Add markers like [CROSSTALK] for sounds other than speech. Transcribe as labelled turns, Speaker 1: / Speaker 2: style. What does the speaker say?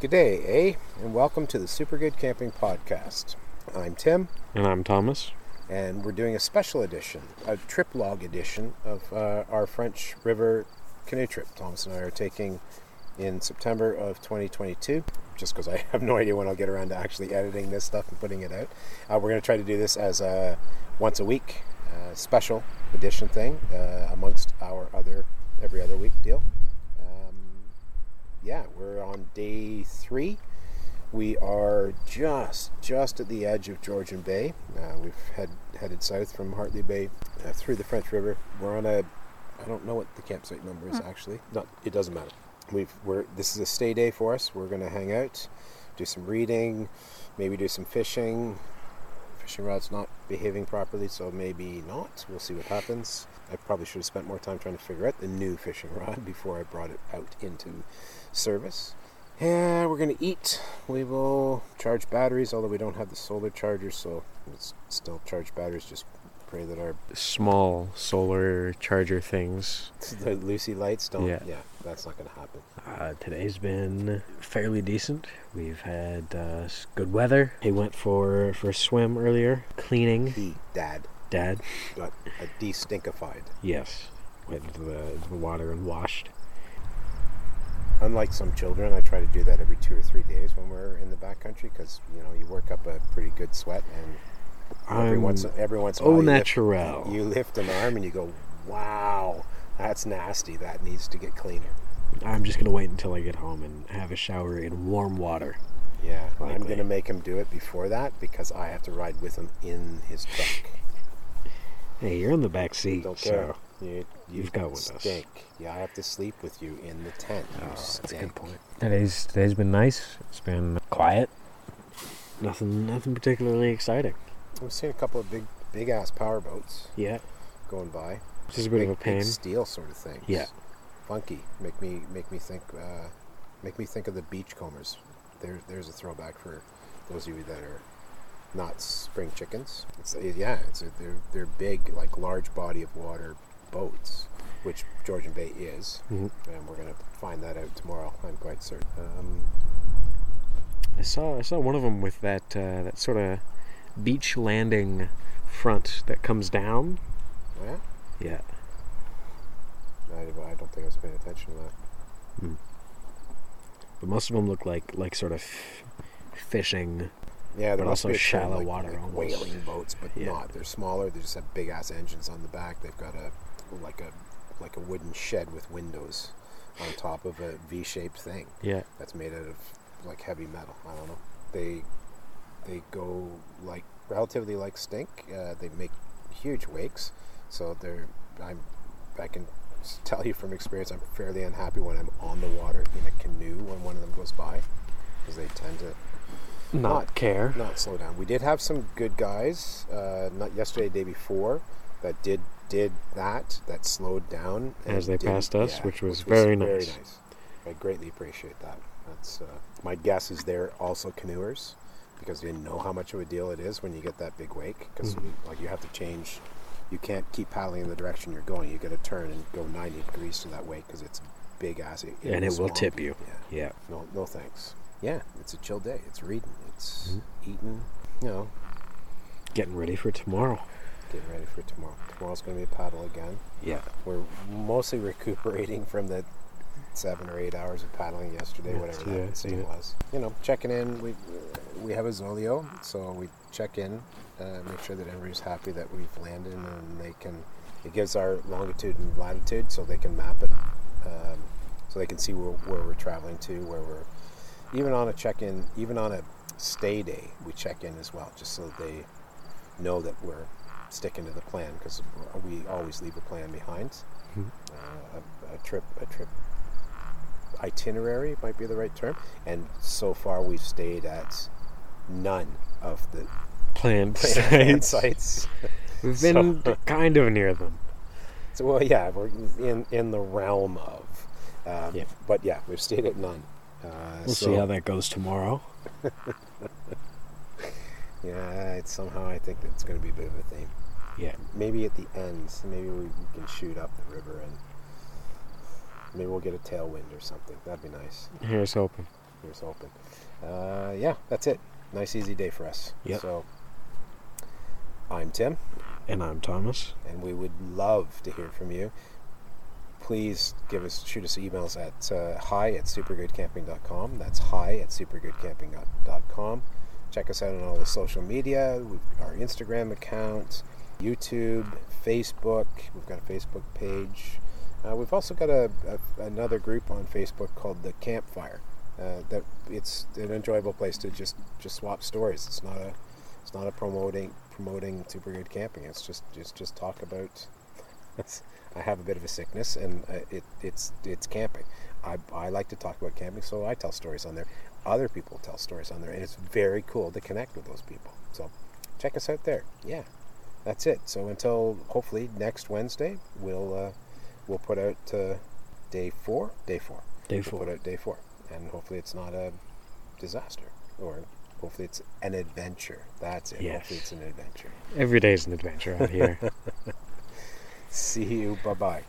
Speaker 1: Good day, eh? And welcome to the Super Good Camping Podcast. I'm Tim,
Speaker 2: And I'm Thomas.
Speaker 1: and we're doing a special edition, a trip log edition of uh, our French River canoe trip. Thomas and I are taking in September of 2022, just because I [LAUGHS] have no idea when I'll get around to actually editing this stuff and putting it out. Uh, we're going to try to do this as a once a week uh, special edition thing uh, amongst our other every other week deal. Um, yeah, we're on day three. We are just just at the edge of Georgian Bay. Uh, we've head, headed south from Hartley Bay uh, through the French River. We're on a I don't know what the campsite number is actually. Not it doesn't matter. We've we're this is a stay day for us. We're gonna hang out, do some reading, maybe do some fishing. Fishing rod's not behaving properly, so maybe not. We'll see what happens. I probably should have spent more time trying to figure out the new fishing rod [LAUGHS] before I brought it out into service. Yeah, we're gonna eat. We will charge batteries, although we don't have the solar charger, so it's still charge batteries. Just pray that our [LAUGHS]
Speaker 2: Small solar charger things.
Speaker 1: the Lucy lights don't.
Speaker 2: Yeah.
Speaker 1: yeah that's not gonna happen.
Speaker 3: Uh, today's been fairly decent. We've had uh, s- good weather. He went for for a swim earlier. Cleaning,
Speaker 1: He, Dad,
Speaker 3: Dad.
Speaker 1: got a destinkified.
Speaker 3: Yes, went into the, into the water and washed.
Speaker 1: Unlike some children, I try to do that every two or three days when we're in the backcountry because you know you work up a pretty good sweat, and every
Speaker 3: I'm
Speaker 1: once every once in a
Speaker 3: au
Speaker 1: while you lift-
Speaker 3: naturel.
Speaker 1: you lift an arm and you go, "Wow, that's nasty. That needs to get cleaner."
Speaker 3: I'm just gonna wait until I get home and have a shower in warm water.
Speaker 1: Yeah, and I'm
Speaker 3: Likely.
Speaker 1: going to make him do it before that because I have to ride with him in his truck.
Speaker 3: Hey, you're in the back seat,
Speaker 1: Don't care.
Speaker 3: so
Speaker 1: You, you
Speaker 3: You've got with us. Oh,
Speaker 1: stink. Yeah, I have to sleep with you in the tent. You
Speaker 3: that's a
Speaker 1: stink.
Speaker 3: good point. Today's today's been nice. It's been quiet. Nothing, nothing particularly exciting.
Speaker 1: We've seen a couple of big, big ass power boats
Speaker 3: Yeah,
Speaker 1: going by.
Speaker 3: which is a bit
Speaker 1: big,
Speaker 3: of a pain.
Speaker 1: Big steel sort of things.
Speaker 3: Yeah.
Speaker 1: Funky. Make me make me think. Uh, make me think of the beachcombers. There, there's a throwback for those of you that are not spring chickens. It's yeah. It's a, they're they're big like large body of water boats, which Georgian Bay is,
Speaker 3: Mhm.
Speaker 1: and we're gonna find that out tomorrow. I'm quite certain. Um,
Speaker 2: I saw I saw one of them with that uh, that sort of beach landing front that comes down.
Speaker 1: yeah.
Speaker 2: Yeah.
Speaker 1: I, I don't think I was paying attention to that.
Speaker 3: but most of them look like like sort of fishing.
Speaker 1: Yeah,
Speaker 3: But
Speaker 1: they're
Speaker 3: also shallow water
Speaker 1: like
Speaker 3: almost.
Speaker 1: whaling boats, but
Speaker 3: Yeah.
Speaker 1: not. They're smaller. They just have big ass engines on the back. They've got a like a like a wooden shed with windows on top of a V-shaped thing
Speaker 2: Yeah.
Speaker 1: that's made out of like heavy metal. I don't know. They they go like relatively like stink. Uh, they make huge wakes, so they're I'm I can s- tell you from experience I'm fairly unhappy when I'm on the water in a canoe when one of them goes by because they tend to Not-
Speaker 2: Not care.
Speaker 1: not slow down. We did have some good guys, uh, not yesterday, day before, that did did that that slowed down and
Speaker 2: As they
Speaker 1: didn't-
Speaker 2: passed us, which was very nice.
Speaker 1: I greatly appreciate that. That's uh, my guess is they're also canoers because they know how much of a deal it is when you get that big wake because
Speaker 2: Mm-hmm.
Speaker 1: like you have to change. You can't keep paddling in the direction you're going. You got to turn and go 90 degrees to that wake because it's big ass.
Speaker 3: And it will tip you.
Speaker 1: Yeah.
Speaker 3: Yeah.
Speaker 1: No, no thanks. Mm-hmm. Yeah, it's a chill day. It's reading. It's eating. You know,
Speaker 3: Getting ready for tomorrow.
Speaker 1: getting ready for tomorrow. Tomorrow's going to be a paddle again.
Speaker 3: Yeah.
Speaker 1: We're mostly recuperating from the seven or eight hours of paddling yesterday,
Speaker 2: Yeah,
Speaker 1: whatever
Speaker 2: yeah,
Speaker 1: that scene
Speaker 2: yeah.
Speaker 1: was. You know, checking in. We we have a Zolio, so we check in, uh, make sure that everybody's happy that we've landed, and they can. It gives our longitude and latitude, so they can map it, um, so they can see where, where we're traveling to, where we're. Even on a check-in, even on a stay day, we check in as well, just so that they know that we're sticking to the plan because we always leave a plan behind.
Speaker 3: Hmm.
Speaker 2: Mhm.
Speaker 1: Uh, a, a trip, a trip itinerary might be the right term. And so far, we've stayed at none of
Speaker 3: [LAUGHS]
Speaker 1: the
Speaker 2: Planned
Speaker 1: planned
Speaker 2: sites.
Speaker 1: sites.
Speaker 2: We've been
Speaker 3: [LAUGHS]
Speaker 2: kind of near them.
Speaker 1: So, well, yeah, we're in in the realm of. Um,
Speaker 3: Yeah.
Speaker 1: But yeah, we've stayed at none. Uh,
Speaker 3: We'll
Speaker 1: so,
Speaker 3: see how that goes tomorrow.
Speaker 1: Yeah, it's somehow I think that's going to be a bit of a theme.
Speaker 3: Yeah.
Speaker 1: Maybe at the end, maybe we we can shoot up the river and maybe we'll get a tailwind or something. That'd be nice.
Speaker 2: Here's hoping.
Speaker 1: Here's hoping. Uh, yeah, that's it. Nice, easy day for us.
Speaker 3: Yep.
Speaker 1: So I'm Tim,
Speaker 3: And I'm Thomas.
Speaker 1: and we would love to hear from you. Please give us shoot us emails at uh, hi at supergoodcamping.com. That's hi at supergoodcamping.com. Check us out on all the social media. We've, our Instagram account, YouTube, Facebook. We've got a Facebook page. Uh, we've also got a, a, another group on Facebook called the Campfire. Uh, that it's an enjoyable place to just just swap stories. It's not a it's not a promoting promoting super good camping. It's just just just talk about. I have a bit of a sickness, and uh, it, it's it's camping. I, I like to talk about camping, so I tell stories on there. Other people tell stories on there, and it's very cool to connect with those people. So check us out there. Yeah, that's it. So until hopefully next Wednesday, we'll uh, we'll put out uh, day four. Day four.
Speaker 3: Day
Speaker 1: We'll put
Speaker 3: four.
Speaker 1: out day four, and hopefully it's not a disaster, or hopefully it's an adventure. That's it.
Speaker 3: Yes.
Speaker 1: Hopefully it's an adventure.
Speaker 2: Every day is an adventure out here.
Speaker 1: See you. Bye bye.